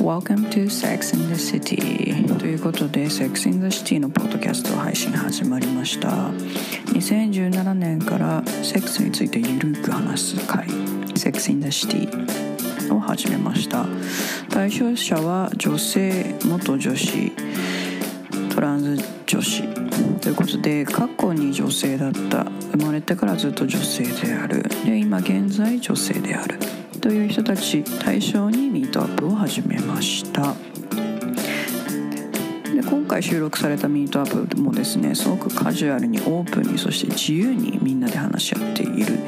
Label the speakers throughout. Speaker 1: Welcome to Sex in the City ということで Sex in the City のポッドキャスト配信始まりました2017年からセックスについてゆるく話す会 Sex in the City を始めました対象者は女性元女子トランス女子ということで過去に女性だった生まれてからずっと女性であるで今現在女性であるという人たち対象にミートアップを始めましたで今回収録されたミートアップもですねすごくカジュアルにオープンにそして自由にみんなで話し合っている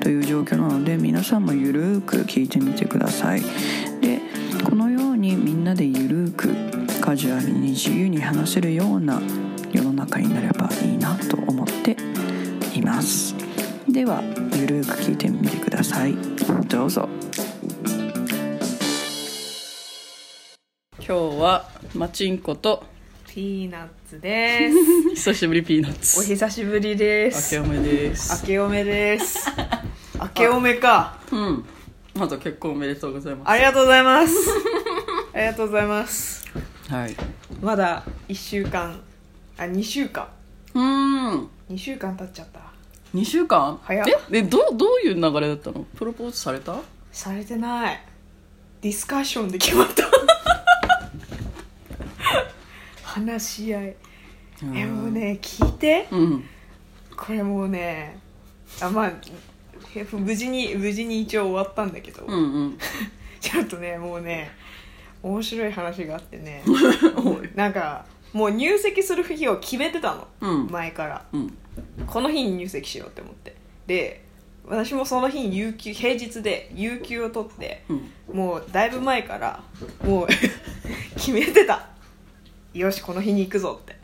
Speaker 1: という状況なので皆さんもゆるーく聞いてみてくださいでこのようにみんなでゆるーくカジュアルに自由に話せるような世の中になればいいなと思っていますではゆるーく聞いてみてくださいどうぞ今日はマチンコと
Speaker 2: ピーナッツで
Speaker 1: 久しぶりピーナッ
Speaker 2: す。お
Speaker 1: ツ
Speaker 2: 久しぶりで
Speaker 1: 明
Speaker 2: す
Speaker 1: け。おめです
Speaker 2: 明けおめ です。明けおめか。
Speaker 1: うんまず結婚おめでとうございま
Speaker 2: ありがとうございます。ありがとうございます。
Speaker 1: すはい
Speaker 2: まだ1週間、あ、2週間。
Speaker 1: うん
Speaker 2: 2週間経っちゃった。
Speaker 1: 2週間
Speaker 2: 早っ
Speaker 1: えでどうどういう流れだったのプロポーズされた
Speaker 2: されてない。ディスカッションで決まった。 話し合い。え、もうね、聞いて。
Speaker 1: うん
Speaker 2: これもうね、あ、まあ、え無事に、無事に一応終わったんだけど。
Speaker 1: うん うん
Speaker 2: ちょっとねもうね面白い話があってねなんかもう入籍する日を決めてたの、
Speaker 1: うん
Speaker 2: 前から
Speaker 1: うん
Speaker 2: この日に入籍しようって思ってで私もその日に有給平日で有給を取って
Speaker 1: うん
Speaker 2: もうだいぶ前からもう 決めてたよしこの日に行くぞって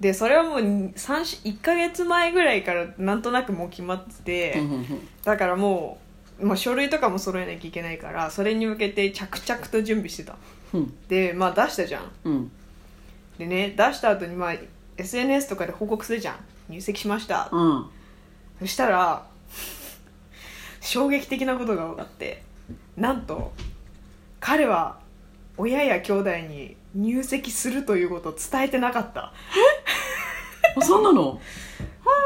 Speaker 2: でそれはもう1ヶ月前ぐらいからなんとなくもう決まってて、
Speaker 1: うんうん
Speaker 2: だからもう、まあ、書類とかも揃えなきゃいけないからそれに向けて着々と準備してた
Speaker 1: うん
Speaker 2: でまあ出したじゃん
Speaker 1: うん
Speaker 2: でね出した後にまあ SNS とかで報告するじゃん入籍しました、
Speaker 1: うん
Speaker 2: そしたら衝撃的なことが分かってなんと彼は親や兄弟に入籍するということを伝えてなかった
Speaker 1: あそうなの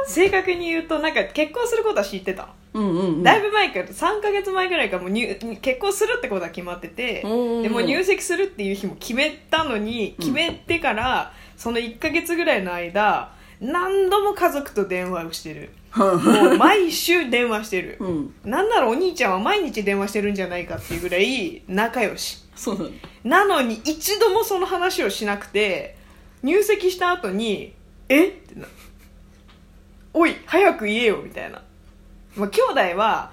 Speaker 2: 正確に言うとなんか結婚することは知ってた
Speaker 1: うんうんうん
Speaker 2: だいぶ前から3ヶ月前ぐらいからもう入結婚するってことは決まってて
Speaker 1: うん
Speaker 2: でもう入籍するっていう日も決めたのに
Speaker 1: うん
Speaker 2: 決めてからその1ヶ月ぐらいの間何度も家族と電話をしてるもう毎週電話してる
Speaker 1: うん
Speaker 2: なんならお兄ちゃんは毎日電話してるんじゃないかっていうぐらい仲良し
Speaker 1: そうなの
Speaker 2: なのに一度もその話をしなくて入籍した後に「えっ?」てな「おい早く言えよ」みたいな、まあ、兄弟は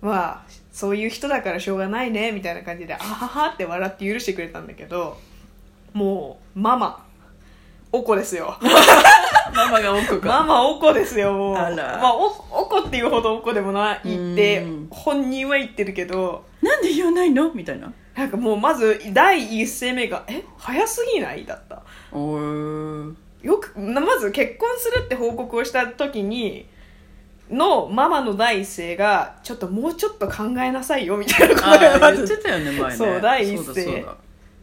Speaker 2: まあそういう人だからしょうがないねみたいな感じで「あはは」って笑って許してくれたんだけどもうママおこですよ
Speaker 1: ママが奥
Speaker 2: マ
Speaker 1: か
Speaker 2: マおこですよもう
Speaker 1: あら
Speaker 2: まあ、おおこっていうほどおこでもないって
Speaker 1: うん
Speaker 2: 本人は言ってるけど
Speaker 1: なんで言わないのみたいな
Speaker 2: なんかもうまず第一声目が「え早すぎない?」だった
Speaker 1: おー
Speaker 2: よくなまず結婚するって報告をした時にのママの第一声がちょっともうちょっと考えなさいよみたいなこと
Speaker 1: あ
Speaker 2: がま
Speaker 1: ー言って
Speaker 2: ず
Speaker 1: たよね前ね
Speaker 2: そう第一声
Speaker 1: そうだそうだ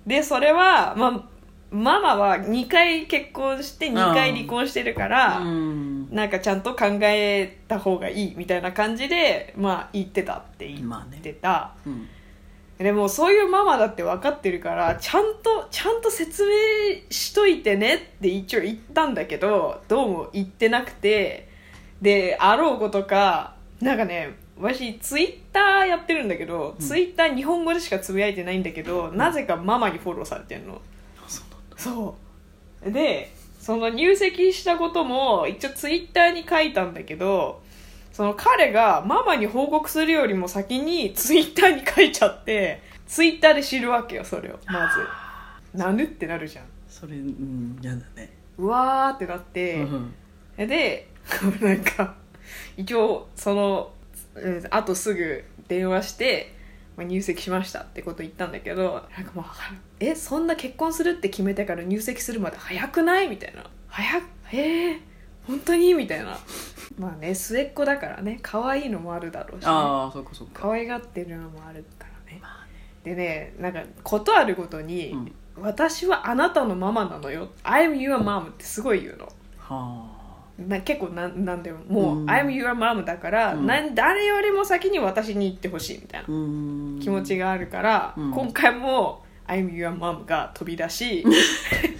Speaker 2: でそれは、ま、ママは2回結婚して2回離婚してるから、
Speaker 1: うん
Speaker 2: なんかちゃんと考えた方がいいみたいな感じで、まあ、言ってたって言
Speaker 1: まあね
Speaker 2: ってた、
Speaker 1: うん
Speaker 2: でもそういうママだって分かってるからちゃんとちゃんと説明しといてねって一応言ったんだけどどうも言ってなくてであろうことかなんかね私ツイッターやってるんだけど、
Speaker 1: うん
Speaker 2: ツイッター日本語でしかつぶやいてないんだけどなぜかママにフォローされてんの
Speaker 1: そう
Speaker 2: そうでその入籍したことも一応ツイッターに書いたんだけどその彼がママに報告するよりも先にツイッターに書いちゃってツイッターで知るわけよそれをまずなぬってなるじゃん
Speaker 1: それうん嫌だね
Speaker 2: うわーってなって、
Speaker 1: うん
Speaker 2: で なんか一応そのうんあとすぐ電話してまあ入籍しましたってこと言ったんだけどなんかもうはえそんな結婚するって決めてから入籍するまで早くないみたいな早くえー、本当にみたいなまあね末っ子だからね可愛いのもあるだろうし、ね、
Speaker 1: ああそっかそっか
Speaker 2: 可愛がってるのもあるからね
Speaker 1: まあね
Speaker 2: でねなんかことあるごとに、
Speaker 1: うん
Speaker 2: 私はあなたのママなのよ「I'm your mom」ってすごい言うの。
Speaker 1: は
Speaker 2: な結構なんなんでももう「
Speaker 1: うん
Speaker 2: I'm your mom」だから、
Speaker 1: うん
Speaker 2: なん誰よりも先に私に言ってほしいみたいな
Speaker 1: あうーん
Speaker 2: 気持ちがあるから、
Speaker 1: うん
Speaker 2: 今回も「I'm your mom」が飛び 出し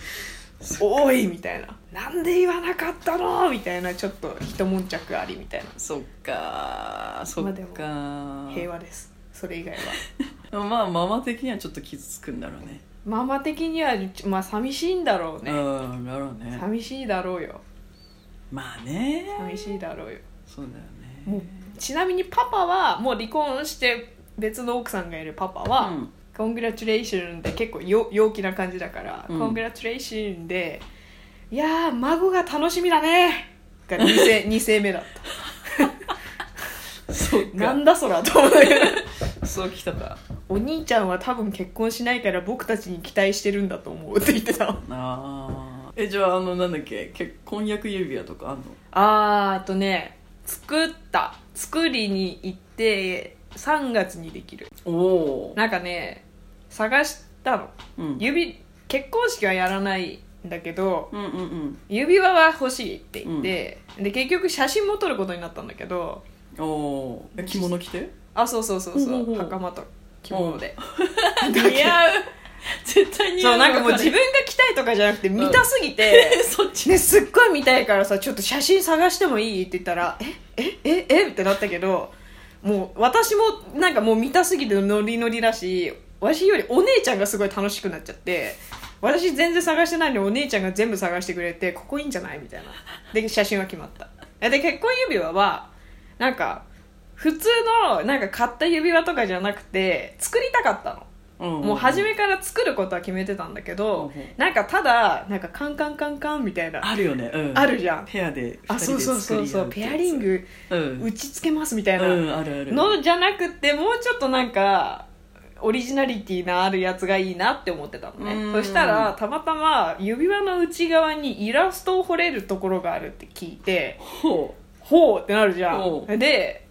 Speaker 2: 「おい!」みたいな「なんで言わなかったの?」みたいなちょっと一悶着ありみたい
Speaker 1: そっかそっか、
Speaker 2: な平和ですそれ以外は
Speaker 1: まあママ的にはちょっと傷つくんだろうね
Speaker 2: ママ的にはまあ寂しいんだろうね
Speaker 1: うんだろうね
Speaker 2: 寂しいだろうよ
Speaker 1: まあね
Speaker 2: 寂しいだろうよ
Speaker 1: そうだよね
Speaker 2: もうちなみにパパはもう離婚して別の奥さんがいるパパは、
Speaker 1: うん
Speaker 2: コングラチュレーションで結構よ陽気な感じだから、
Speaker 1: うん
Speaker 2: コングラチュレーションで「いやー孫が楽しみだね」が 2, 世2世目だった
Speaker 1: そうか
Speaker 2: なんだそらと思う
Speaker 1: そうきたか
Speaker 2: お兄ちゃんは多分結婚しないから僕たちに期待してるんだと思うって言ってた
Speaker 1: あーえじゃああのなんだっけ結婚約指輪とかあんの
Speaker 2: あーあとね作った作りに行って3月にできる
Speaker 1: おお、
Speaker 2: なんかね探したの
Speaker 1: うん、
Speaker 2: 指結婚式はやらないんだけど
Speaker 1: うんうんうん
Speaker 2: 指輪は欲しいって言って、で結局写真も撮ることになったんだけど
Speaker 1: おおーえ着物着て
Speaker 2: あそうそうそうそう、
Speaker 1: ほうほうほう
Speaker 2: 袴と着物で、
Speaker 1: 似 合う絶対似合
Speaker 2: そううなんかもう
Speaker 1: われ
Speaker 2: 自分が着たいとかじゃなくて見たすぎて、
Speaker 1: え そっち
Speaker 2: ね、すっごい見たいからさちょっと写真探してもいいって言ったら「ええええってなったけどもう私もなんかもう見たすぎてノリノリだし私よりお姉ちゃんがすごい楽しくなっちゃって私全然探してないのにお姉ちゃんが全部探してくれてここいいんじゃないみたいなで写真は決まったえで結婚指輪はなんか普通のなんか買った指輪とかじゃなくて作りたかったのも
Speaker 1: も
Speaker 2: う初めから作ることは決めてたんだけど、
Speaker 1: うんうん
Speaker 2: なんかただなんかカンカンカンカンみたいな
Speaker 1: あるよね、うん、
Speaker 2: あるじゃん
Speaker 1: ペアで
Speaker 2: あ
Speaker 1: 二人
Speaker 2: そう
Speaker 1: で
Speaker 2: そ
Speaker 1: 作
Speaker 2: うそう
Speaker 1: り
Speaker 2: そ
Speaker 1: 合う
Speaker 2: う
Speaker 1: って
Speaker 2: ペ
Speaker 1: やつ
Speaker 2: アリング
Speaker 1: うん
Speaker 2: 打ちつけますみたいな
Speaker 1: うんあるある
Speaker 2: のじゃなくてもうちょっとなんかオリジナリティのあるやつがいいなって思ってたの
Speaker 1: う
Speaker 2: ね
Speaker 1: ん
Speaker 2: そしたらたまたま指輪の内側にイラストを彫れるところがあるって聞いて
Speaker 1: ほ
Speaker 2: ほうってなるじゃ
Speaker 1: ほうん
Speaker 2: で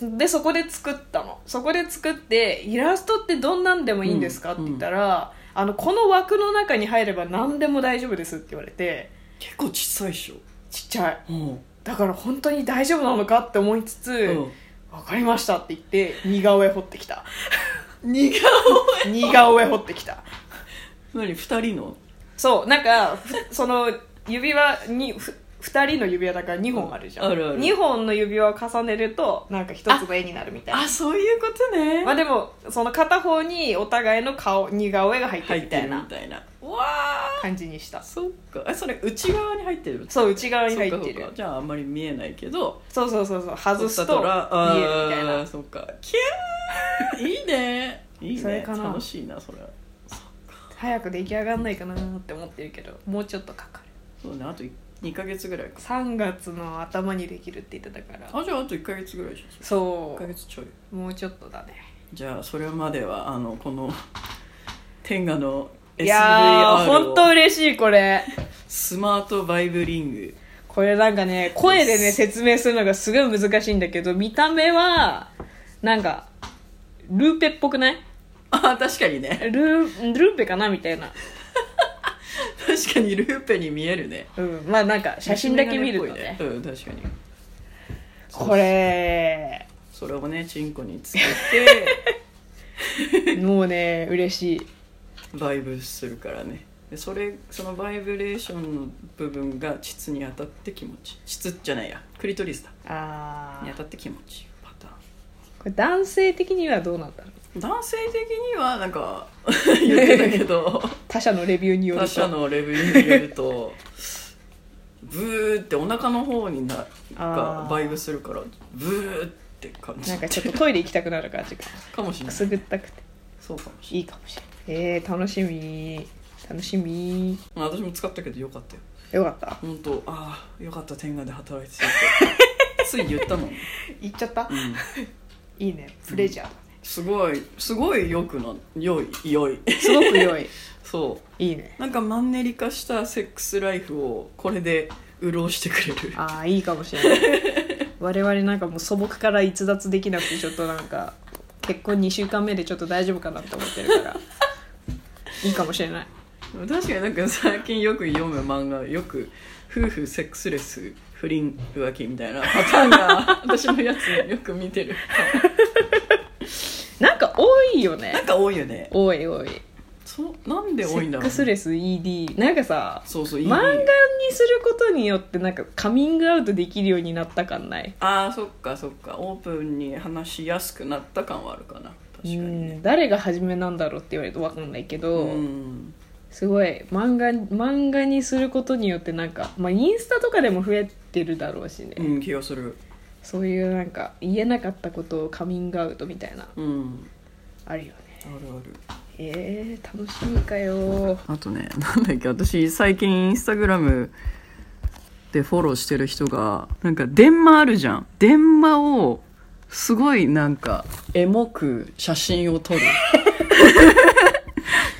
Speaker 2: でそこで作ったのそこで作ってイラストってどんなんでもいいんですかって言ったら、あのこの枠の中に入れば何でも大丈夫ですって言われて
Speaker 1: う結構小さいでしょ
Speaker 2: ちっちゃい
Speaker 1: うん
Speaker 2: だから本当に大丈夫なのかって思いつつ、
Speaker 1: うん
Speaker 2: わかりましたって言って似顔絵彫ってきた
Speaker 1: 似顔
Speaker 2: 似顔絵彫ってきた
Speaker 1: 何二人の
Speaker 2: そうなんかふその指輪にふ2人の指輪だから2本あるじゃん、
Speaker 1: あるある
Speaker 2: 2本の指輪を重ねるとなんか1つの絵になるみたいな
Speaker 1: あそういうことね
Speaker 2: まあでもその片方にお互いの顔似顔絵が入って
Speaker 1: 入
Speaker 2: る
Speaker 1: っ
Speaker 2: みた
Speaker 1: てる
Speaker 2: い
Speaker 1: み
Speaker 2: な
Speaker 1: たいなわ
Speaker 2: 感じにした
Speaker 1: あそっかえそれ内側に入ってる
Speaker 2: そう内側に入っ
Speaker 1: そ
Speaker 2: て
Speaker 1: っかそっ
Speaker 2: る
Speaker 1: かじゃああんまり見えないけど
Speaker 2: そうそうそうそう外すと
Speaker 1: 取
Speaker 2: 見
Speaker 1: ったら
Speaker 2: えるみたい
Speaker 1: あ
Speaker 2: な
Speaker 1: ーそっかキャー いいねいいね
Speaker 2: それかな
Speaker 1: 楽しいなそれは
Speaker 2: 早く出来上がんないかなって思ってるけどもうちょっとかかる
Speaker 1: そうねあと2ヶ月ぐらいか
Speaker 2: 3月の頭にできるって言ってたから
Speaker 1: あじゃああと1ヶ月ぐらいじゃんそれ
Speaker 2: そ
Speaker 1: 1ヶ月ちょいう
Speaker 2: もうちょっとだね
Speaker 1: じゃあそれまではあのこの 天下の
Speaker 2: いやー
Speaker 1: SVR
Speaker 2: 本当
Speaker 1: を
Speaker 2: 嬉しいこれ
Speaker 1: スマートバイブリング
Speaker 2: これなんかね声でね
Speaker 1: よし
Speaker 2: 説明するのがすごい難しいんだけど見た目はなんかルーペっぽくない
Speaker 1: あ確かにね
Speaker 2: ルールーペかなみたいな
Speaker 1: 確かにルーペに見えるね
Speaker 2: うんまあなんか写真だけ見るとね
Speaker 1: 眼鏡っぽいうん確かに
Speaker 2: これ
Speaker 1: それをねチンコにつけ て
Speaker 2: もうね嬉しい
Speaker 1: バイブするからねでそれそのバイブレーションの部分が膣に当たって気持ちいい膣じゃないやクリトリスだ
Speaker 2: あ
Speaker 1: に当
Speaker 2: ー
Speaker 1: たって気持ちいいパターン
Speaker 2: これ男性的にはどうなんだろう
Speaker 1: 男性的にはなんか 言ってたけど
Speaker 2: 他者のレビューによると
Speaker 1: 他社のレビューによるとブーってお腹の方にな
Speaker 2: あ
Speaker 1: が
Speaker 2: ー
Speaker 1: バイブするからブーって感じ
Speaker 2: なんかちょっとトイレ行きたくなる感じが
Speaker 1: かもしれ
Speaker 2: く
Speaker 1: ない
Speaker 2: すぐったくて
Speaker 1: そうかもしれ
Speaker 2: いいかもしれないえー、楽しみ楽しみ
Speaker 1: ない私も使ったけどよかったよ
Speaker 2: よかった
Speaker 1: 本当ああよかった天下で働いてたって つい言ったもん、うん、
Speaker 2: 行っちゃったいいねプレジャーだね、
Speaker 1: すごいすごいよくな良い良い
Speaker 2: すごく良い
Speaker 1: そ
Speaker 2: いいね
Speaker 1: うなんかマンネリ化したセックスライフをこれで潤してくれる
Speaker 2: ああ いいかもしれない我々なんかもう素朴から逸脱できなくてちょっとなんか結婚2週間目でちょっと大丈夫かなって思ってる からいいかもしれない
Speaker 1: 確かになんか最近よく読む漫画よく夫婦セックスレス不倫浮気みたいなパターン が私のやつよく見てる
Speaker 2: なんか多いよね
Speaker 1: なんか多いよね
Speaker 2: 多い多い
Speaker 1: そうなんで
Speaker 2: セ
Speaker 1: 多いんだ
Speaker 2: ッ
Speaker 1: ろう
Speaker 2: クスレス ED なんかさ
Speaker 1: そうそういい
Speaker 2: 漫画にすることによってなんかカミングアウトできるようになった感ない
Speaker 1: ああそっかそっかオープンに話しやすくなった感はあるかな確かに
Speaker 2: う
Speaker 1: ね
Speaker 2: ん誰が初めなんだろうって言われると分かんないけ
Speaker 1: う
Speaker 2: ど、
Speaker 1: ん
Speaker 2: すごい漫画漫画にすることによってなんか、まあ、インスタとかでも増えてるだろうしね、
Speaker 1: うん気がする
Speaker 2: そういうなんか言えなかったことをカミングアウトみたいな
Speaker 1: うん
Speaker 2: あるよね
Speaker 1: あるある
Speaker 2: えー、楽しみかよ
Speaker 1: あとね なんだっけ私最近インスタグラムでフォローしてる人がなんか電話あるじゃん電話をすごいなんかエモく写真を 撮るっ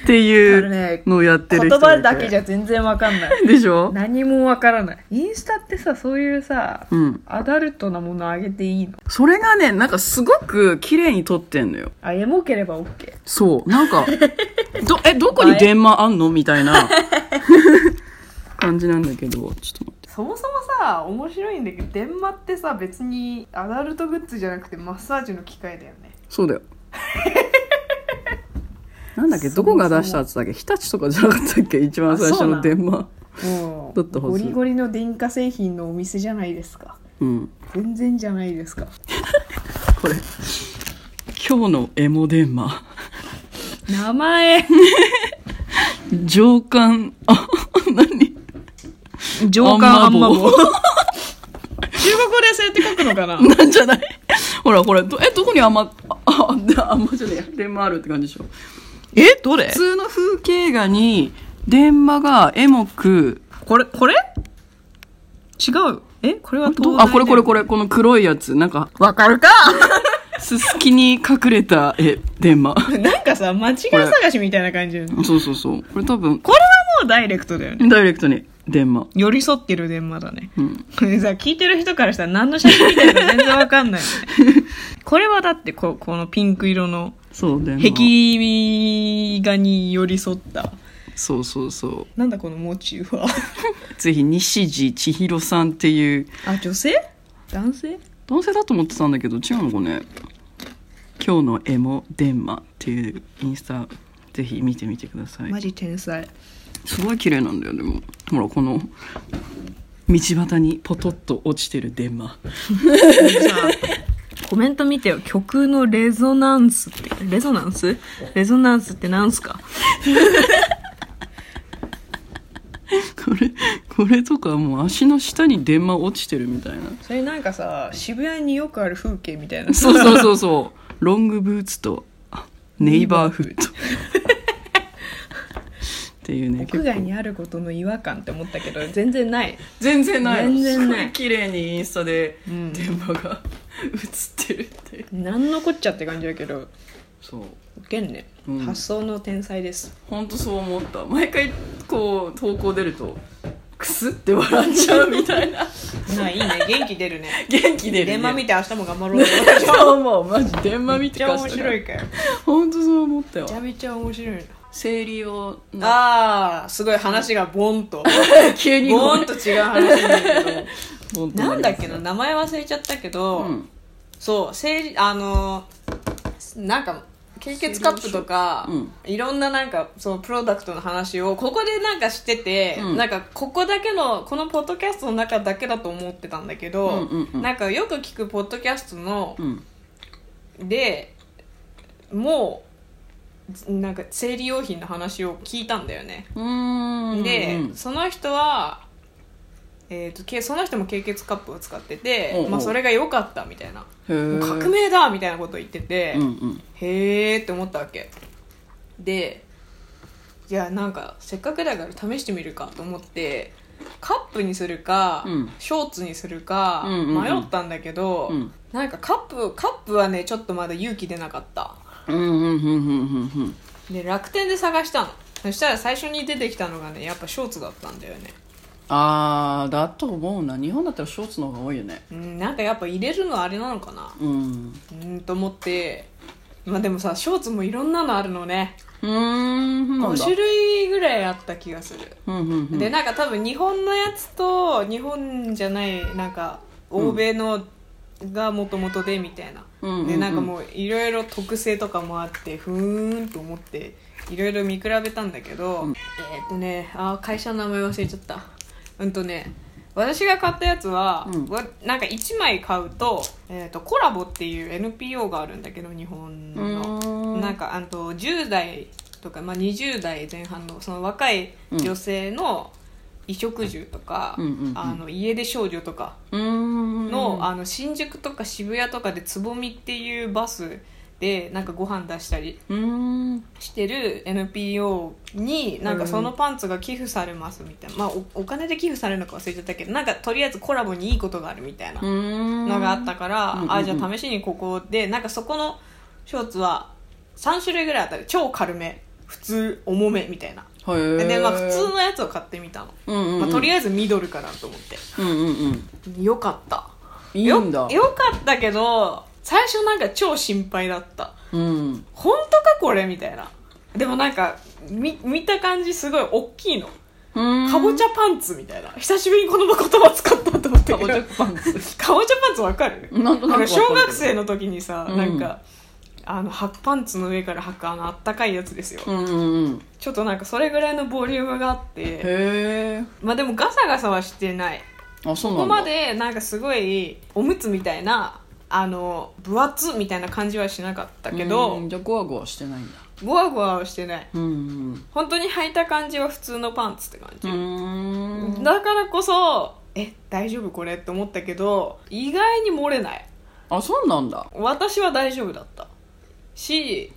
Speaker 1: て
Speaker 2: あ
Speaker 1: い
Speaker 2: の
Speaker 1: う
Speaker 2: ね
Speaker 1: のをやって
Speaker 2: 言
Speaker 1: る人
Speaker 2: 葉
Speaker 1: がいて
Speaker 2: だけじゃ全然わかんない
Speaker 1: でしょ
Speaker 2: 何もわからないインスタってさそういうさ
Speaker 1: うん
Speaker 2: アダルトなものあげていいの
Speaker 1: それがねなんかすごく綺麗に撮ってんのよ
Speaker 2: あエモければ OK
Speaker 1: そう。なん か、ど、え、どこに電話あんのみたいな感じなんだけど、ちょっと待って。
Speaker 2: そもそもさ面白いんだけど電話ってさ別にアダルトグッズじゃなくてマッサージの機械だよね
Speaker 1: そうだよ。 なんだっけどこが出したやつだっけ日立とかじゃなかったっけ一番最初の電話。
Speaker 2: も
Speaker 1: だ
Speaker 2: う
Speaker 1: ったはず
Speaker 2: ゴリゴリの電化製品のお店じゃないですか
Speaker 1: うん。
Speaker 2: 全然じゃないですか
Speaker 1: これ。今日のエモ電話。
Speaker 2: 名前
Speaker 1: 上官、あ、何
Speaker 2: 上官アンマ
Speaker 1: アンマ棒
Speaker 2: 棒中国語でそうやって書く のかな
Speaker 1: なんじゃないほらほら、どえ、どこにあんま、あ、あ、あんまじゃねえや。電話あるって感じでしょ。
Speaker 2: えどれ
Speaker 1: 普通の風景画に電話がエモく
Speaker 2: これこれ違うえこれは東大
Speaker 1: あこれこれこ
Speaker 2: れ
Speaker 1: れこの黒いやつなんかわかるか すすきに隠れたえ電話
Speaker 2: なんかさ間違い探しみたいな感じこ
Speaker 1: そうそうそうこれ多分
Speaker 2: れはもうダイレクトだよね
Speaker 1: ダイレクトに電話
Speaker 2: 寄り添ってる電話だね
Speaker 1: うん
Speaker 2: こ れさ聞いてる人からしたら何の写真見てるか全然わかんないよ ねこれはだってここのピンク色の
Speaker 1: そう電話
Speaker 2: 壁画に寄り添った
Speaker 1: そうそうそ
Speaker 2: なんだこのモチーフは
Speaker 1: うぜひ西地千尋さんっていう
Speaker 2: あ女性男性
Speaker 1: 男性だと思ってたんだけど違うのかね今日のエモ電話っていうインスタぜひ見てみてください
Speaker 2: マジ天才
Speaker 1: すごい綺麗なんだよでもほらこの道端にポトッと落ちてる電話
Speaker 2: コメント見てよ曲のレゾナンスってレゾナンスレゾナンスってなんすか
Speaker 1: これこれとかもう足の下に電話落ちてるみたいな
Speaker 2: それなんかさ渋谷によくある風景みたいな
Speaker 1: そうそうそうそうロングブーツとあネイバーフードっていうね
Speaker 2: 屋外にあることの違和感って思ったけど全然ない
Speaker 1: 全然
Speaker 2: ない全然ないすごい
Speaker 1: 綺麗にインスタで
Speaker 2: うん
Speaker 1: 電話が映ってるっていう
Speaker 2: なんのこっちゃって感じだけど
Speaker 1: そう
Speaker 2: ウケんね、
Speaker 1: うん
Speaker 2: 発想の天才です
Speaker 1: 本当そう思った毎回こう投稿出るとクスって笑っちゃうみたいな
Speaker 2: まあ いいね元気出るね
Speaker 1: 元気出る、ね、
Speaker 2: 電話見て明日も頑張ろう
Speaker 1: そう思うマジ電話
Speaker 2: め
Speaker 1: 見
Speaker 2: ってちゃ面白いかよ
Speaker 1: 本当そう思ったよ
Speaker 2: めちゃめちゃ面白いな
Speaker 1: 生理を
Speaker 2: ああすごい話がボン と
Speaker 1: 急に
Speaker 2: ボンと違う話にな るけど
Speaker 1: ボンと
Speaker 2: なんだっけな名前忘れちゃったけど、
Speaker 1: うん
Speaker 2: そう生理あのーなんか経血カップとか、
Speaker 1: 生理用
Speaker 2: いろんななんかそのプロダクトの話をここでなんかしてて、
Speaker 1: うん
Speaker 2: なんかここだけのこのポッドキャストの中だけだと思ってたんだけど、
Speaker 1: うんうんうん
Speaker 2: なんかよく聞くポッドキャストの
Speaker 1: うん
Speaker 2: でもうなんか生理用品の話を聞いたんだよね、
Speaker 1: うーん
Speaker 2: で、
Speaker 1: うん
Speaker 2: その人は、えー、とけその人も経血カップを使ってて、
Speaker 1: おうおう
Speaker 2: まあ、それが良かったみたいな
Speaker 1: へー
Speaker 2: もう革命だみたいなことを言ってて、
Speaker 1: うんうん
Speaker 2: へーって思ったわけでいやなんかせっかくだから試してみるかと思ってカップにするか、
Speaker 1: うん
Speaker 2: ショーツにするか
Speaker 1: うんうんうん
Speaker 2: 迷ったんだけど、
Speaker 1: うん
Speaker 2: なんかカップカップはねちょっとまだ勇気出なかった
Speaker 1: うんうんうんうんうん
Speaker 2: で楽天で探したのそしたら最初に出てきたのがねやっぱショーツだったんだよね
Speaker 1: あーだと思うな日本だったらショーツの方が多いよね
Speaker 2: うんなんかやっぱ入れるのあれなのかな
Speaker 1: うん
Speaker 2: うんと思ってまあでもさショーツもいろんなのあるのね
Speaker 1: うーんそうなん
Speaker 2: 5
Speaker 1: だ
Speaker 2: 種類ぐらいあった気がする、
Speaker 1: うんうんうん
Speaker 2: でなんか多分日本のやつと日本じゃないなんか欧米のがもともとでみたいな、
Speaker 1: うんうんうん
Speaker 2: でなんかもういろいろ特性とかもあってふーんと思っていろいろ見比べたんだけど、
Speaker 1: うん
Speaker 2: えーっとねあー会社の名前忘れちゃったうんとね私が買ったやつは、
Speaker 1: うん
Speaker 2: わなんか1枚買うと,、えーっとコラボっていう NPO があるんだけど日本
Speaker 1: う
Speaker 2: の。
Speaker 1: ーん
Speaker 2: なんかあと10代とか、まあ、20代前半のその若い女性の衣食住とか、
Speaker 1: うんうんうん
Speaker 2: あの家出少女とか
Speaker 1: うーん
Speaker 2: の,、あの新宿とか渋谷とかでつぼみっていうバスでなんかご飯出したり
Speaker 1: うーん
Speaker 2: してる NPO になんかそのパンツが寄付されますみたいな、まあ、おお金で寄付されるのか忘れちゃったけどなんかとりあえずコラボにいいことがあるみたいな
Speaker 1: うーん
Speaker 2: のがあったから、
Speaker 1: うんうんうん
Speaker 2: あじゃあ試しにここでなんかそこのショーツは3種類ぐらいあったり超軽め普通重めみたいな
Speaker 1: へー
Speaker 2: で、まあ、普通のやつを買ってみたの、
Speaker 1: うんうんうん
Speaker 2: まあ、とりあえずミドルかなと思って
Speaker 1: うんうんうん
Speaker 2: よかった
Speaker 1: いいんだ
Speaker 2: よよかったけど最初なんか超心配だった
Speaker 1: うん
Speaker 2: 本当かこれみたいなでもなんか見見た感じすごい大きいのか
Speaker 1: か
Speaker 2: ぼちゃパンツみたいな久しぶりにこの言葉使ったと思ったけ
Speaker 1: かぼ
Speaker 2: ど
Speaker 1: ちゃパンツ
Speaker 2: かぼちゃパンツわかる
Speaker 1: なんとなくわかる
Speaker 2: んか小学生の時にさ、
Speaker 1: うん
Speaker 2: なんかあの白パンツの上から履くあのあったかいやつですよ、
Speaker 1: うんうんうん
Speaker 2: ちょっとなんかそれぐらいのボリュームがあって
Speaker 1: へえ
Speaker 2: まあでもガサガサはしてない
Speaker 1: あそうな
Speaker 2: ここ
Speaker 1: んだ
Speaker 2: までなんかすごいおむつみたいなあの分厚みたいな感じはしなかったけ
Speaker 1: う
Speaker 2: ど
Speaker 1: んじゃあゴワゴワしてないんだ
Speaker 2: ゴワゴワはしてない
Speaker 1: うんうん
Speaker 2: 本当に履いた感じは普通のパンツって感
Speaker 1: う
Speaker 2: じ、
Speaker 1: ーん
Speaker 2: だからこそえ大丈夫これって思ったけど意外に漏れない
Speaker 1: あそうなんだ
Speaker 2: 私は大丈夫だったし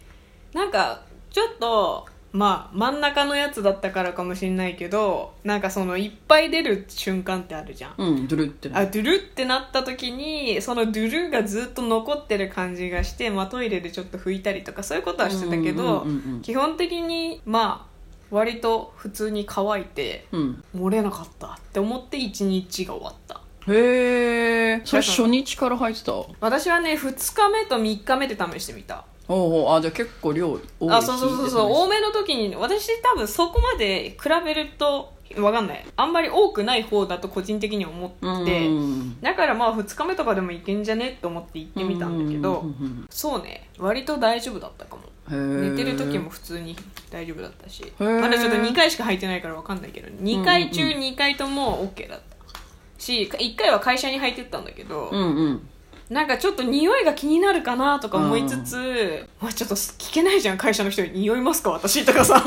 Speaker 2: なんかちょっとまあ真ん中のやつだったからかもしれないけどなんかそのいっぱい出る瞬間ってあるじゃん
Speaker 1: うんドゥルってな
Speaker 2: あドゥルってなった時にそのドゥルがずっと残ってる感じがして、まあ、トイレでちょっと拭いたりとかそういうことはしてたけど、
Speaker 1: うんうんうんうん
Speaker 2: 基本的にまあ割と普通に乾いて
Speaker 1: うん
Speaker 2: 漏れなかったって思って一日が終わった
Speaker 1: へえそれ初日から入ってたおう
Speaker 2: 私はね2日目と3日目で試してみた
Speaker 1: おうあじゃあ結構量多い
Speaker 2: あそうそうそうそう
Speaker 1: 日
Speaker 2: 多めの時に私多分そこまで比べるとわかんないあんまり多くない方だと個人的に思って、
Speaker 1: で試してうん
Speaker 2: だからまあ2日目とかでもいけんじゃねと思って行ってみたんだけど、
Speaker 1: うん
Speaker 2: そうね割と大丈夫だったかも
Speaker 1: うんうんへえ
Speaker 2: 寝てる時も普通に大丈夫だったし
Speaker 1: ー
Speaker 2: まだちょっと2回しか履いてないからわかんないけど2回中2回とも OK だったし1回は会社に履いてったんだけど、
Speaker 1: うんうん
Speaker 2: なんかちょっと匂いが気になるかなとか思いつつ、まあ、ちょっと聞けないじゃん会社の人に「匂いますか私」とかさ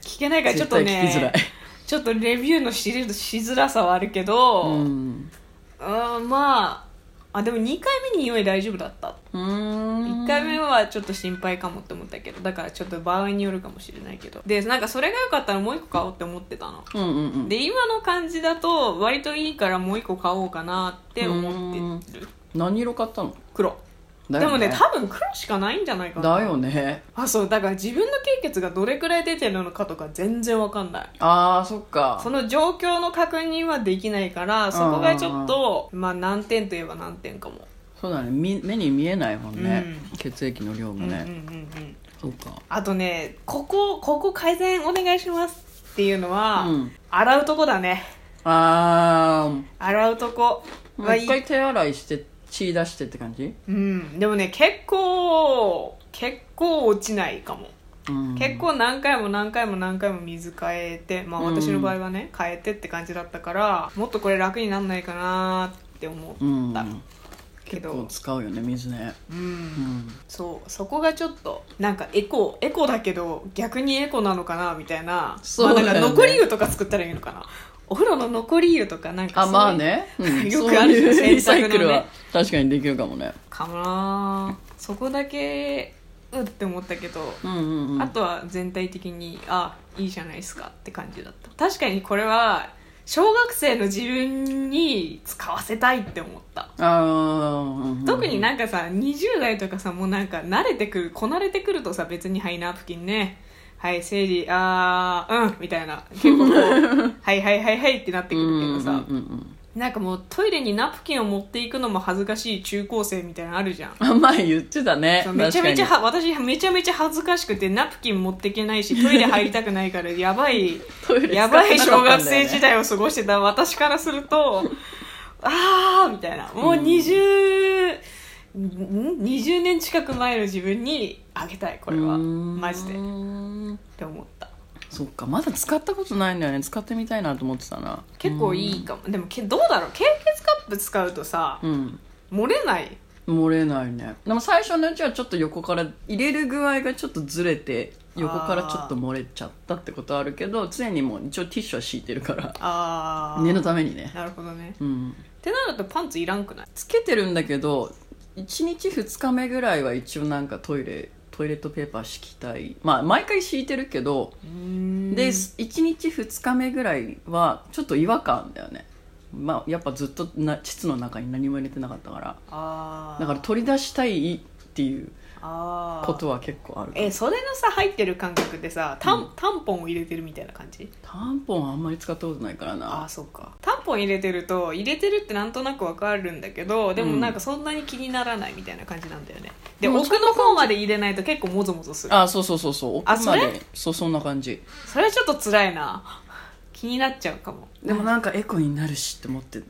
Speaker 2: 聞けないからちょっとね
Speaker 1: 絶対聞きづらい
Speaker 2: ちょっとレビューのしれしづらさはあるけど、う、
Speaker 1: うんん
Speaker 2: まああでも2回目に匂い大丈夫だった
Speaker 1: うーん
Speaker 2: 1回目はちょっと心配かもって思ったけどだからちょっと場合によるかもしれないけどでなんかそれが良かったらもう1個買おうって思ってたの
Speaker 1: うんうんうん
Speaker 2: で今の感じだと割といいからもう1個買おうかなって思ってる
Speaker 1: 何色買ったの
Speaker 2: 黒
Speaker 1: だ
Speaker 2: で
Speaker 1: よ
Speaker 2: もね多分黒しかないんじゃないかな
Speaker 1: だよね
Speaker 2: あそうだから自分の経血がどれくらい出てるのかとか全然わかんない
Speaker 1: ああそっか
Speaker 2: その状況の確認はできないからそこがちょっとまあ難点といえば難点かも、
Speaker 1: そうだねみ目に見えないもんね、
Speaker 2: う
Speaker 1: 血液の量も
Speaker 2: うんうんう
Speaker 1: ね、
Speaker 2: んうん
Speaker 1: そうか
Speaker 2: あとねここここ改善お願いしますっていうのは、
Speaker 1: うん
Speaker 2: 洗うとこだね
Speaker 1: あ
Speaker 2: 洗うとこ
Speaker 1: あ
Speaker 2: はい
Speaker 1: 一回手洗いして血出してって感じ、
Speaker 2: うんでもね結構結構落ちないかも
Speaker 1: うん、
Speaker 2: 結構何回も何回も何回も水変えてまあ
Speaker 1: うん
Speaker 2: 私の場合はね、変えてって感じだったからもっとこれ楽になんないかなって思
Speaker 1: う
Speaker 2: っ
Speaker 1: ん
Speaker 2: たけ
Speaker 1: 結構
Speaker 2: ど、
Speaker 1: 使うよね水ね
Speaker 2: うん
Speaker 1: うん
Speaker 2: そうそこがちょっとなんかエコエコだけど逆にエコなのかなみたいな
Speaker 1: そうだよね
Speaker 2: まあ、なんか残り湯とか作ったらいいのかなお風呂の残り湯とかなんか
Speaker 1: あ
Speaker 2: そういう
Speaker 1: まあね、うん、
Speaker 2: よくある
Speaker 1: そういうリサ
Speaker 2: 洗濯のね
Speaker 1: イクルは確かにできるかもね
Speaker 2: かもなそこだけうって思ったけど、
Speaker 1: うんうんうん
Speaker 2: あとは全体的にあいいじゃないですかって感じだった確かにこれは小学生の自分に使わせたいって思った
Speaker 1: あーうんうん
Speaker 2: 特になんかさ20代とかさもうなんか慣れてくるこなれてくるとさ別に「はいナプキンねはい生理あーうん」みたいな結構こう「はいはいはいはい」ってなってくるけどさ、
Speaker 1: うんうんうん
Speaker 2: なんかもうトイレにナプキンを持っていくのも恥ずかしい中高生みたいなのあるじゃん
Speaker 1: あ前言ってたね
Speaker 2: そう
Speaker 1: 確かに
Speaker 2: めちゃめちゃは私めちゃめちゃ恥ずかしくてナプキン持ってけな いしトイレ入りたくないからやばい
Speaker 1: トイレ使って
Speaker 2: や
Speaker 1: なかったん
Speaker 2: ば
Speaker 1: だよね
Speaker 2: い小学生時代を過ごしてた私からするとああみたいなもう20、ん20年近く前の自分にあげたいこれは
Speaker 1: うーん
Speaker 2: マジでって思った
Speaker 1: そっかまだ使ったことないんだよね使ってみたいなと思ってたな
Speaker 2: 結構いいかもでもけどうだろう経血カップ使うとさ
Speaker 1: うん
Speaker 2: 漏れない
Speaker 1: 漏れないねでも最初のうちはちょっと横から入れる具合がちょっとずれて横からちょっと漏れちゃったってことはあるけど常にもう一応ティッシュは敷いてるから
Speaker 2: ああ
Speaker 1: 念のためにね
Speaker 2: なるほどね
Speaker 1: うん
Speaker 2: ってなるとパンツいらんくない
Speaker 1: つけてるんだけど1日2日目ぐらいは一応なんかトイレトイレットペーパー敷きたいまあ毎回敷いてるけど、で1日2日目ぐらいはちょっと違和感だよねまあやっぱずっとな膣の中に何も入れてなかったから
Speaker 2: ああ
Speaker 1: だから取り出したいっていう
Speaker 2: ああ
Speaker 1: ことは結構あるかも
Speaker 2: えそれのさ入ってる感覚でさタン、
Speaker 1: うん
Speaker 2: タンポンを入れてるみたいな感じ
Speaker 1: タンポンはあんまり使ったことないから
Speaker 2: ああ
Speaker 1: な
Speaker 2: そうかタンポン入れてると入れてるってなんとなくわかるんだけどでも
Speaker 1: うん
Speaker 2: なんかそんなに気にならないみたいな感じなんだよね
Speaker 1: で
Speaker 2: で
Speaker 1: も
Speaker 2: 奥の方まで入れないと結構もぞもぞする
Speaker 1: あそうそうそうそう奥
Speaker 2: あそ
Speaker 1: ま
Speaker 2: れ
Speaker 1: でそうそんな感じ
Speaker 2: それはちょっと辛いな気になっちゃうかも
Speaker 1: でもなんかエコになるしって思ってっ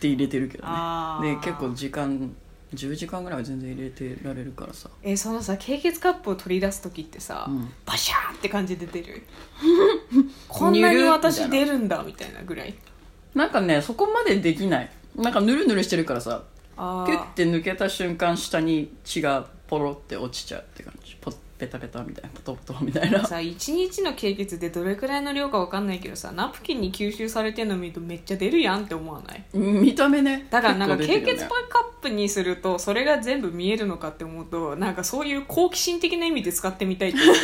Speaker 1: て入れてるけどね
Speaker 2: あ
Speaker 1: で
Speaker 2: ー
Speaker 1: 結構時間10時間ぐらいは全然入れてられるからさ、
Speaker 2: えそのさ経血カップを取り出す時ってさ、
Speaker 1: うん
Speaker 2: バシャーって感じで出 るこんなに私出るんだみたいなぐらい
Speaker 1: なんかねそこまでできないなんかヌルヌルしてるからさ
Speaker 2: あ
Speaker 1: キュッて抜けた瞬間下に血がポロって落ちちゃうって感じポペタペタみたいなポトポトみたいな
Speaker 2: さ1日の経血でどれくらいの量か分かんないけどさナプキンに吸収されてるの見るとめっちゃ出るやんって思わない
Speaker 1: うん見た目ね
Speaker 2: だからなんか
Speaker 1: 結構出
Speaker 2: 経
Speaker 1: てるよ
Speaker 2: 血パカップにするとそれが全部見えるのかって思うとなんかそういう好奇心的な意味で使ってみたいって思っち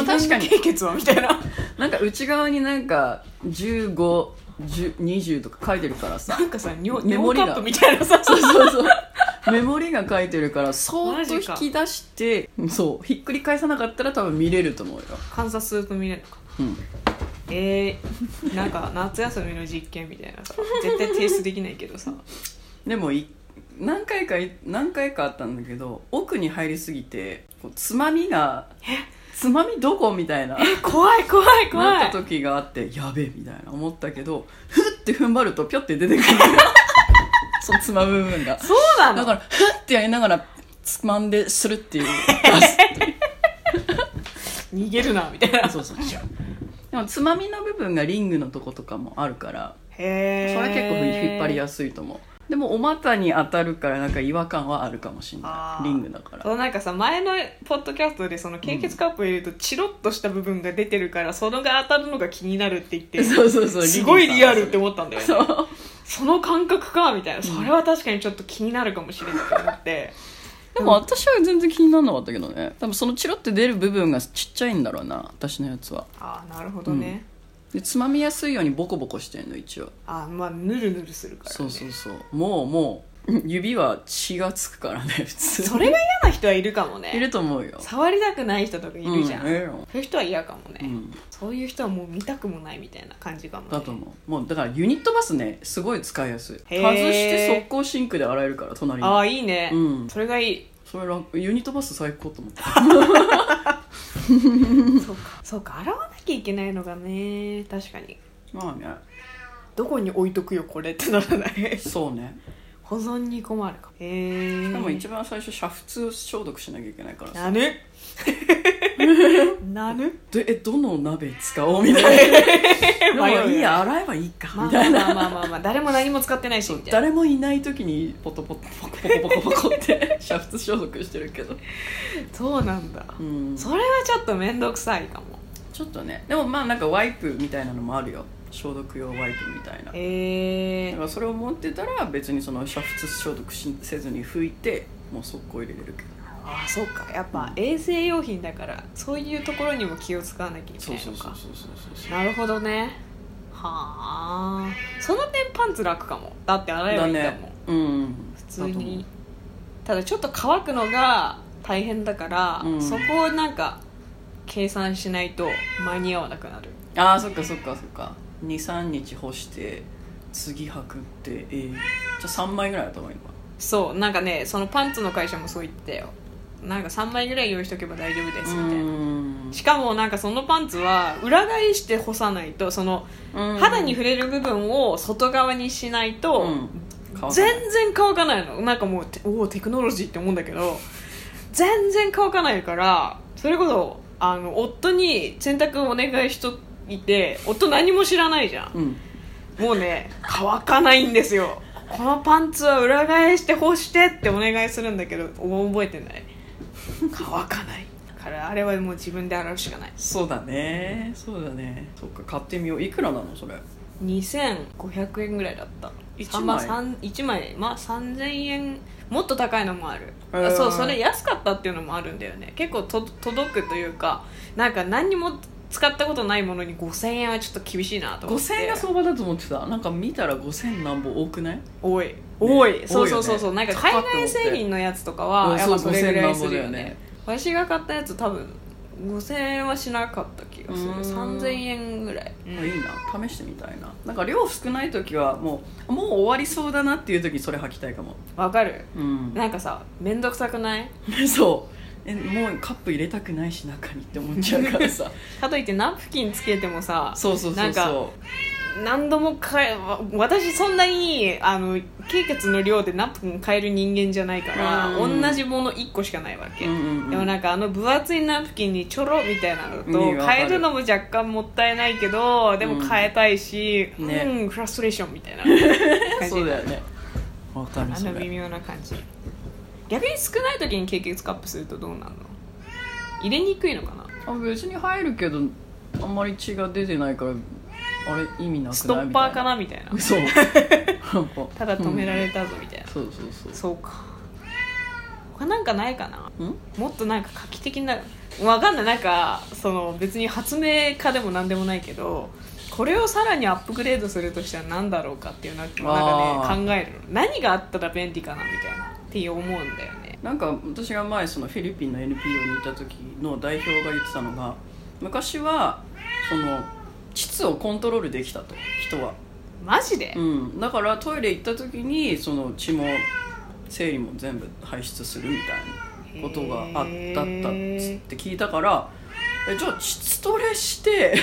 Speaker 2: ゃ
Speaker 1: まあ
Speaker 2: う自分の
Speaker 1: 確か
Speaker 2: 経血はみたいな
Speaker 1: なんか内側になんか1520とか書いてるからさ
Speaker 2: なんかさ尿
Speaker 1: メモ
Speaker 2: 尿
Speaker 1: リ
Speaker 2: カ
Speaker 1: が
Speaker 2: ップみたいなさ
Speaker 1: そうそうそうメモリが書いてるからそーっと
Speaker 2: マジか
Speaker 1: 引き出してそうひっくり返さなかったら多分見れると思うよ、
Speaker 2: 観察すると見れるのか
Speaker 1: うん、
Speaker 2: えー、なんか夏休みの実験みたいなさ絶対提出できないけどさ
Speaker 1: でもい何回か何回かあったんだけど奥に入りすぎてこうつまみがつまみどこみたいな
Speaker 2: 怖い怖い怖い
Speaker 1: なった時があってやべえみたいな思ったけどふって踏ん張るとぴょって出てくる そうつまむ部分が
Speaker 2: そうなの
Speaker 1: だからふってやりながらつまんでするっ ていう出す
Speaker 2: 逃げるなみたいなへ
Speaker 1: そうそう でもつまみの部分がリングのとことかもあるからそ
Speaker 2: え
Speaker 1: れは結構引っ張りやすいと思うでもお股に当たるからなんか違和感はあるかもしれ
Speaker 2: あ
Speaker 1: な
Speaker 2: ー
Speaker 1: いリングだから
Speaker 2: そうなんかさ前のポッドキャストでその献血カップを入れるとチロッとした部分が出てるからそのが当たるのが気になるって言っ て
Speaker 1: そうそうそう
Speaker 2: すごいリアルって
Speaker 1: 思
Speaker 2: 思ったんだよね
Speaker 1: そ
Speaker 2: そうの感覚かみたいなそれは確かにちょっと気になるかもしれないと思って
Speaker 1: でも私は全然気にならなかったけどね多分そのチロって出る部分がちっちゃいんだろうな私のやつは
Speaker 2: ああなるほどね、
Speaker 1: でつまみやすいようにボコボコしてんの一応
Speaker 2: ああまあぬるぬるするから、ね、
Speaker 1: そうそうそうもうもう指は血がつくからね普通
Speaker 2: それが嫌な人はいるかも
Speaker 1: い
Speaker 2: ね
Speaker 1: ると思うよ
Speaker 2: 触りたくない人とかいるじゃ
Speaker 1: う
Speaker 2: ん、
Speaker 1: んええよ
Speaker 2: そういう人は嫌かもね、
Speaker 1: うん
Speaker 2: そういう人はもう見たくもないみたいな感じかもね
Speaker 1: だと思うもうだからユニットバスねすごい使いやすい
Speaker 2: へー
Speaker 1: 外して速攻シンクで洗えるから隣に
Speaker 2: ああいいね、
Speaker 1: うん
Speaker 2: それがいい
Speaker 1: それ楽ユニットバス最高と思った
Speaker 2: そうかそうか洗わなきゃいけないのがね確かに
Speaker 1: まあね
Speaker 2: どこに置いとくよこれってならな い
Speaker 1: そうね
Speaker 2: 保存に困るかへえー、
Speaker 1: でも一番最初煮沸消毒しなきゃいけないからさ
Speaker 2: なぬなぬ
Speaker 1: でえどの鍋使おうみたいなでも
Speaker 2: 迷うよね
Speaker 1: いいや洗えばいいか
Speaker 2: まあ
Speaker 1: みた
Speaker 2: まあ
Speaker 1: いな、
Speaker 2: まあまあまあ、まあ、誰も何も使ってないしみたいな
Speaker 1: 誰もいない時にポトポトポコポコポコポコって 煮沸消毒してるけど
Speaker 2: そうなんだ、
Speaker 1: うん
Speaker 2: それはちょっと面倒くさいかも
Speaker 1: ちょっとねでもまあなんかワイプみたいなのもあるよ消毒用ワイプみたいな
Speaker 2: へえ
Speaker 1: だ
Speaker 2: ー
Speaker 1: か、らそれを持ってたら別にその煮沸消毒しせずに拭いてもう速攻入れれるけど
Speaker 2: ああそうかやっぱ衛生用品だからそういうところにも気を使わなきゃいけ
Speaker 1: そ
Speaker 2: な
Speaker 1: う
Speaker 2: いのか
Speaker 1: そうそうそうそうそう
Speaker 2: なるほどねはあその点パンツ楽かもだって洗えば
Speaker 1: だ
Speaker 2: いいんだもん、
Speaker 1: ねうん
Speaker 2: 普通にただちょっと乾くのが大変だから、
Speaker 1: うん
Speaker 2: そこをなんか計算しないと間に合わなくなる
Speaker 1: ああーそっかそっかそっか23日干して次履くってええじゃあ3枚ぐらい頭いいのか
Speaker 2: そうなんかねそのパンツの会社もそう言ってたよなんか3枚ぐらい用意しとけば大丈夫ですみたいなしかもなんかそのパンツは裏返して干さないとその肌に触れる部分を外側にしないと全然乾かないのなんかもうておおテクノロジーって思うんだけど全然乾かないからそれこそあの夫に洗濯お願いしといて夫何も知らないじゃん
Speaker 1: うん
Speaker 2: もうね乾かないんですよこのパンツは裏返して干してってお願いするんだけどお覚えてない乾かないだからあれはもう自分で洗うしかない
Speaker 1: そうだねそうだねそっか買ってみよういくらなのそれ
Speaker 2: 2500円ぐらいだった
Speaker 1: 一
Speaker 2: まあ
Speaker 1: 枚
Speaker 2: 三一枚まあ3000円もっと高いのもある、
Speaker 1: へー
Speaker 2: そうそれ安かったっていうのもあるんだよね結構と届くというかなんか何にも使ったことないものに5000円はちょっと厳しいなと思って
Speaker 1: 5000円が相場だと思ってたなんか見たら5000なんぼ多くない
Speaker 2: 多い多い、
Speaker 1: ね
Speaker 2: そうそうそうそう、
Speaker 1: 多いよ
Speaker 2: な
Speaker 1: ね
Speaker 2: んか海外製品のやつとか
Speaker 1: う
Speaker 2: は
Speaker 1: ん
Speaker 2: やっぱ
Speaker 1: そ
Speaker 2: そうれぐらい
Speaker 1: 5000な
Speaker 2: するよ
Speaker 1: んぼだ
Speaker 2: ね
Speaker 1: よね
Speaker 2: 私が買ったやつ多分5000円はしなかった気がする
Speaker 1: うーん
Speaker 2: 3000円ぐらい、
Speaker 1: あいいな試してみたいななんか量少ない時はもうもう終わりそうだなっていう時にそれ履きたいかも
Speaker 2: わかる
Speaker 1: うん
Speaker 2: なんかさ面倒くさくない
Speaker 1: そうえもうカップ入れたくないし中にって思っちゃうから さ
Speaker 2: かといってナプキンつけてもさ
Speaker 1: そうそうそ
Speaker 2: な
Speaker 1: うん
Speaker 2: か
Speaker 1: そ
Speaker 2: 何度も買えわ私そんなにあの経血の量でナプキン買える人間じゃないから
Speaker 1: うん
Speaker 2: 同じもの1個しかないわ
Speaker 1: う
Speaker 2: け、
Speaker 1: うんうん
Speaker 2: で
Speaker 1: う
Speaker 2: も
Speaker 1: ん
Speaker 2: なんかあの分厚いナプキンにちょろみたいなのだ
Speaker 1: うんわ
Speaker 2: と
Speaker 1: かる
Speaker 2: 変えるのも若干もったいないけどでも変えたいし、
Speaker 1: う
Speaker 2: うんん
Speaker 1: ね
Speaker 2: フラストレーションみたいな 感じ
Speaker 1: そうだよねわかる
Speaker 2: あ
Speaker 1: そ
Speaker 2: の
Speaker 1: れ
Speaker 2: 微妙な感じ逆に少ない時に経血カップするとどうなるの入れにくいのかな
Speaker 1: あ別に入るけどあんまり血が出てないからあれ意味なくない
Speaker 2: ストッパーか
Speaker 1: な
Speaker 2: なみたいな
Speaker 1: そうなんか
Speaker 2: ただ止められたぞみたいな、
Speaker 1: そうそうそう
Speaker 2: そうか他なんかないかなんもっとなんか画期的なわかんないなんかその別に発明家でも何でもないけどこれをさらにアップグレードするとしたら何だろうかっていうなんか
Speaker 1: あ
Speaker 2: ね考えるの何があったら便利かなみたいなって思うんだよね
Speaker 1: なんか私が前そのフィリピンの NPO にいた時の代表が言ってたのが昔はその膣をコントロールできたと人は、
Speaker 2: マジで、
Speaker 1: うん、だからトイレ行った時にその血も生理も全部排出するみたいなことがあったっ
Speaker 2: へ
Speaker 1: たっつ
Speaker 2: ー
Speaker 1: って聞いたからえじゃあ膣トレして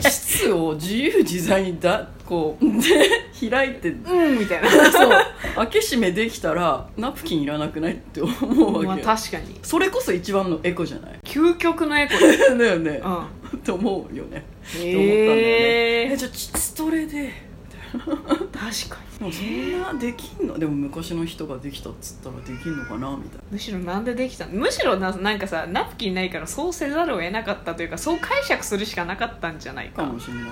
Speaker 1: 膣を自由自在にだこう開いて
Speaker 2: うんみたいな
Speaker 1: そう開け閉めできたらナプキンいらなくないって思うわけよ、
Speaker 2: まあ確かに
Speaker 1: それこそ一番のエコじゃない
Speaker 2: 究極のエコ だ、
Speaker 1: だよね
Speaker 2: うん、
Speaker 1: って思うよねって思ったんだよね
Speaker 2: へ
Speaker 1: え
Speaker 2: え
Speaker 1: じゃあ膣トレで
Speaker 2: 確か
Speaker 1: でもそんなできんのでも昔の人ができたっつったらできんのかなみたい
Speaker 2: にむしろなんでできたのむしろななんかさナプキンないからそうせざるを得なかったというかそう解釈するしかなかったんじゃない
Speaker 1: な
Speaker 2: か
Speaker 1: かもしれないね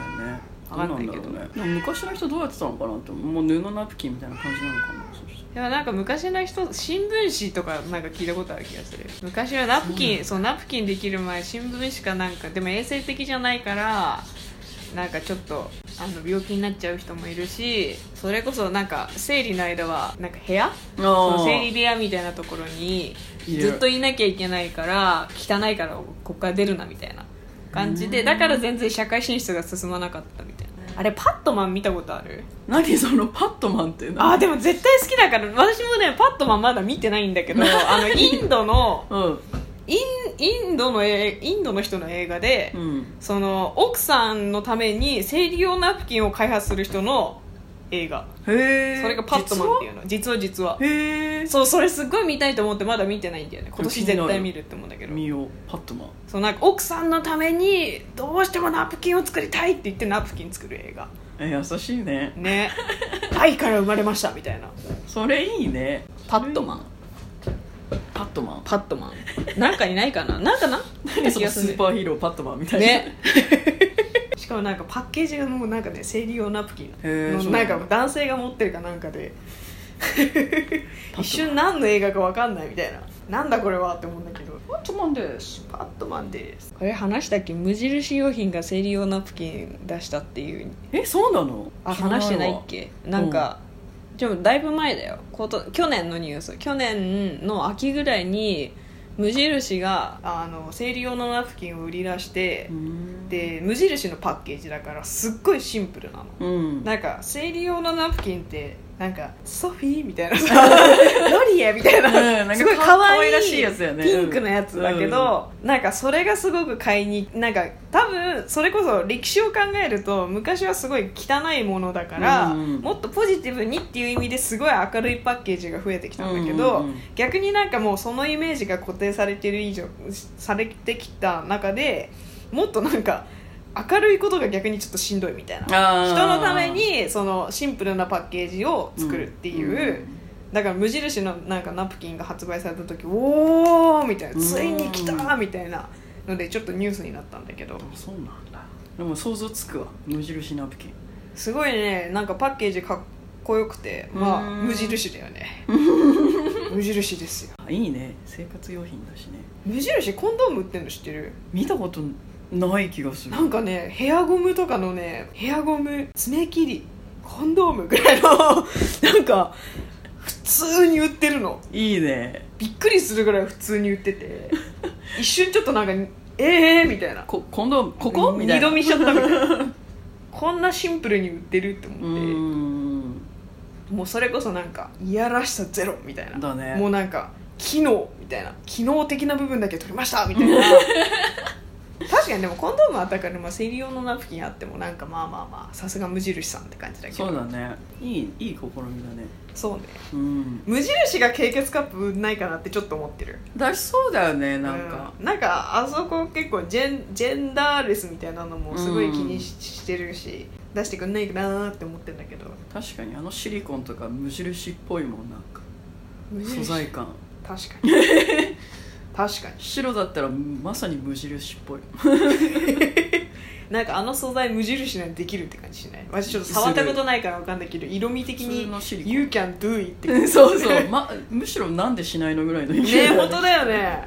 Speaker 1: どう
Speaker 2: わかんない
Speaker 1: んだ
Speaker 2: け
Speaker 1: ろ
Speaker 2: ど
Speaker 1: うねでも昔の人どうやってたのかなってもう布ナプキンみたいな感じなのかなそし
Speaker 2: でもなんか昔の人新聞紙とかなんか聞いたことある気がする昔はナプキン、そうナプキンできる前新聞紙かなんかでも衛生的じゃないからなんかちょっとあの病気になっちゃう人もいるしそれこそなんか生理の間はなんか部屋
Speaker 1: た
Speaker 2: そ
Speaker 1: ら
Speaker 2: の生理部屋みたいなところに
Speaker 1: いや
Speaker 2: ずっといなきゃいけないから汚いからここから出るなみたいな感じでだから全然社会進出が進まなかったみたいなあれパットマン見たことある
Speaker 1: 何そのパットマンって
Speaker 2: あ
Speaker 1: な
Speaker 2: ーでも絶対好きだから私もねパットマンまだ見てないんだ けどあのインドの
Speaker 1: うん
Speaker 2: インインドのえインドの人の映画で、
Speaker 1: うん
Speaker 2: その奥さんのために生理用ナプキンを開発する人の映画
Speaker 1: へえ
Speaker 2: それがパットマンっていうの実は実は
Speaker 1: へえ
Speaker 2: そうそれすっごい見たいと思ってまだ見てないんだよね今年絶対見るって思うんだけど
Speaker 1: 見ようパットマン
Speaker 2: そうなんか奥さんのためにどうしてもナプキンを作りたいって言ってナプキン作る映画
Speaker 1: え優しいね
Speaker 2: ね愛から生まれましたみたいな
Speaker 1: それいいね
Speaker 2: パットマン
Speaker 1: パット マン
Speaker 2: パットマンなんかいないかななんかな
Speaker 1: 何そのスーパーヒーローパットマンみたいな
Speaker 2: ね しかもなんかパッケージがもうなんかね生理用ナプキン
Speaker 1: へー
Speaker 2: の
Speaker 1: そう
Speaker 2: な
Speaker 1: なん
Speaker 2: ん
Speaker 1: だ
Speaker 2: か男性が持ってるかなんかで
Speaker 1: マン
Speaker 2: 一瞬何の映画かわかんないみたいななんだこれはって思うんだけど
Speaker 1: パットマンです
Speaker 2: パットマンですこれ話したっけ無印良品が生理用ナプキン出したっていう
Speaker 1: えそうなの
Speaker 2: あ話してないっけなんか、でもだいぶ前だよこと去年のニュース去年の秋ぐらいに無印があの生理用のナプキンを売り出して
Speaker 1: う、ん
Speaker 2: で無印のパッケージだからすっごいシンプルなの、
Speaker 1: うん
Speaker 2: なんか生理用のナプキンってなんかソフィーみた いなさロリエみたいな,、
Speaker 1: うんなんか
Speaker 2: すごい
Speaker 1: か
Speaker 2: 可
Speaker 1: 可
Speaker 2: 愛
Speaker 1: 愛
Speaker 2: い
Speaker 1: らしいやつだよね
Speaker 2: ピンクのやつだけど、なんかそれがすごく買いになんか多分それこそ歴史を考えると昔はすごい汚いものだから、
Speaker 1: うん
Speaker 2: もっとポジティブにっていう意味ですごい明るいパッケージが増えてきたんだけど、
Speaker 1: うんうんうん
Speaker 2: 逆になんかもうそのイメージが固定されてる以上されてきた中でもっとなんか明るいことが逆にちょっとしんどいみたいな
Speaker 1: あー
Speaker 2: 人のためにそのシンプルなパッケージを作るっていう、だから無印のなんかナプキンが発売された時おーみたいなついに来たーみたいなのでちょっとニュースになったんだけど
Speaker 1: でもそうなんだでも想像つくわ無印ナプキン
Speaker 2: すごいねなんかパッケージかっこよくてまあ無印だよ ね無印ですよ
Speaker 1: あいいね生活用品だしね
Speaker 2: 無印コンドーム売ってるの知ってる
Speaker 1: 見たことない気がする
Speaker 2: なんかねヘアゴムとかのねヘアゴム爪切りコンドームぐらいの なんか普通に売ってるの
Speaker 1: いいね
Speaker 2: びっくりするぐらい普通に売って て一瞬ちょっとなんかええー、みたいな
Speaker 1: こ今度ここみたいな
Speaker 2: 二度見しちゃったみたいなこんなシンプルに売ってるって
Speaker 1: う
Speaker 2: 思って
Speaker 1: ーん
Speaker 2: もうそれこそなんかいやらしさゼロみたいな
Speaker 1: だね
Speaker 2: もうなんか機能みたいな機能的な部分だけ取りましたみたい な確かにでもコンドームあったから、まあ、生理用のナプキンあってもなんかまあまあまあさすが無印さんって感じだけど
Speaker 1: そうだねいいいい試みだね
Speaker 2: そうね
Speaker 1: うん
Speaker 2: 無印が経血カップないかなってちょっと思ってる
Speaker 1: 出しそうだよねなんか、
Speaker 2: うんなんかあそこ結構ジェンジェンダーレスみたいなのもすごい気にし,、てるし出してくんないかなーって思ってるんだけど
Speaker 1: 確かにあのシリコンとか無印っぽいもんなんか
Speaker 2: 無印
Speaker 1: 素材感
Speaker 2: 確か に確かに
Speaker 1: 白だったらまさに無印っ ぽい
Speaker 2: なんかあの素材無印なんでできるって感じしない私ちょっと触ったことないから分かんないけど色味的
Speaker 1: 普通
Speaker 2: に
Speaker 1: のシリ
Speaker 2: 「
Speaker 1: コン
Speaker 2: You can do it」って
Speaker 1: うん
Speaker 2: 感 じ
Speaker 1: そう そう、ま、むしろなんでしないのぐらいの勢
Speaker 2: ね
Speaker 1: い
Speaker 2: 本当だよね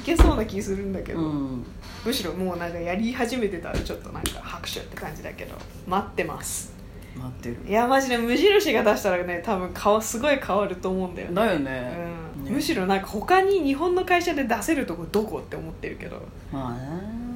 Speaker 2: いけそうな気するんだけど、
Speaker 1: うん
Speaker 2: むしろもうなんかやり始めてたらちょっとなんか拍手って感じだけど待ってます
Speaker 1: 待ってる
Speaker 2: いやマジで無印が出したらね多分顔すごい変わると思うんだよね
Speaker 1: だよ
Speaker 2: う
Speaker 1: ね,、
Speaker 2: ん
Speaker 1: ね
Speaker 2: むしろなんか他に日本の会社で出せるとこどこって思ってるけど
Speaker 1: まあね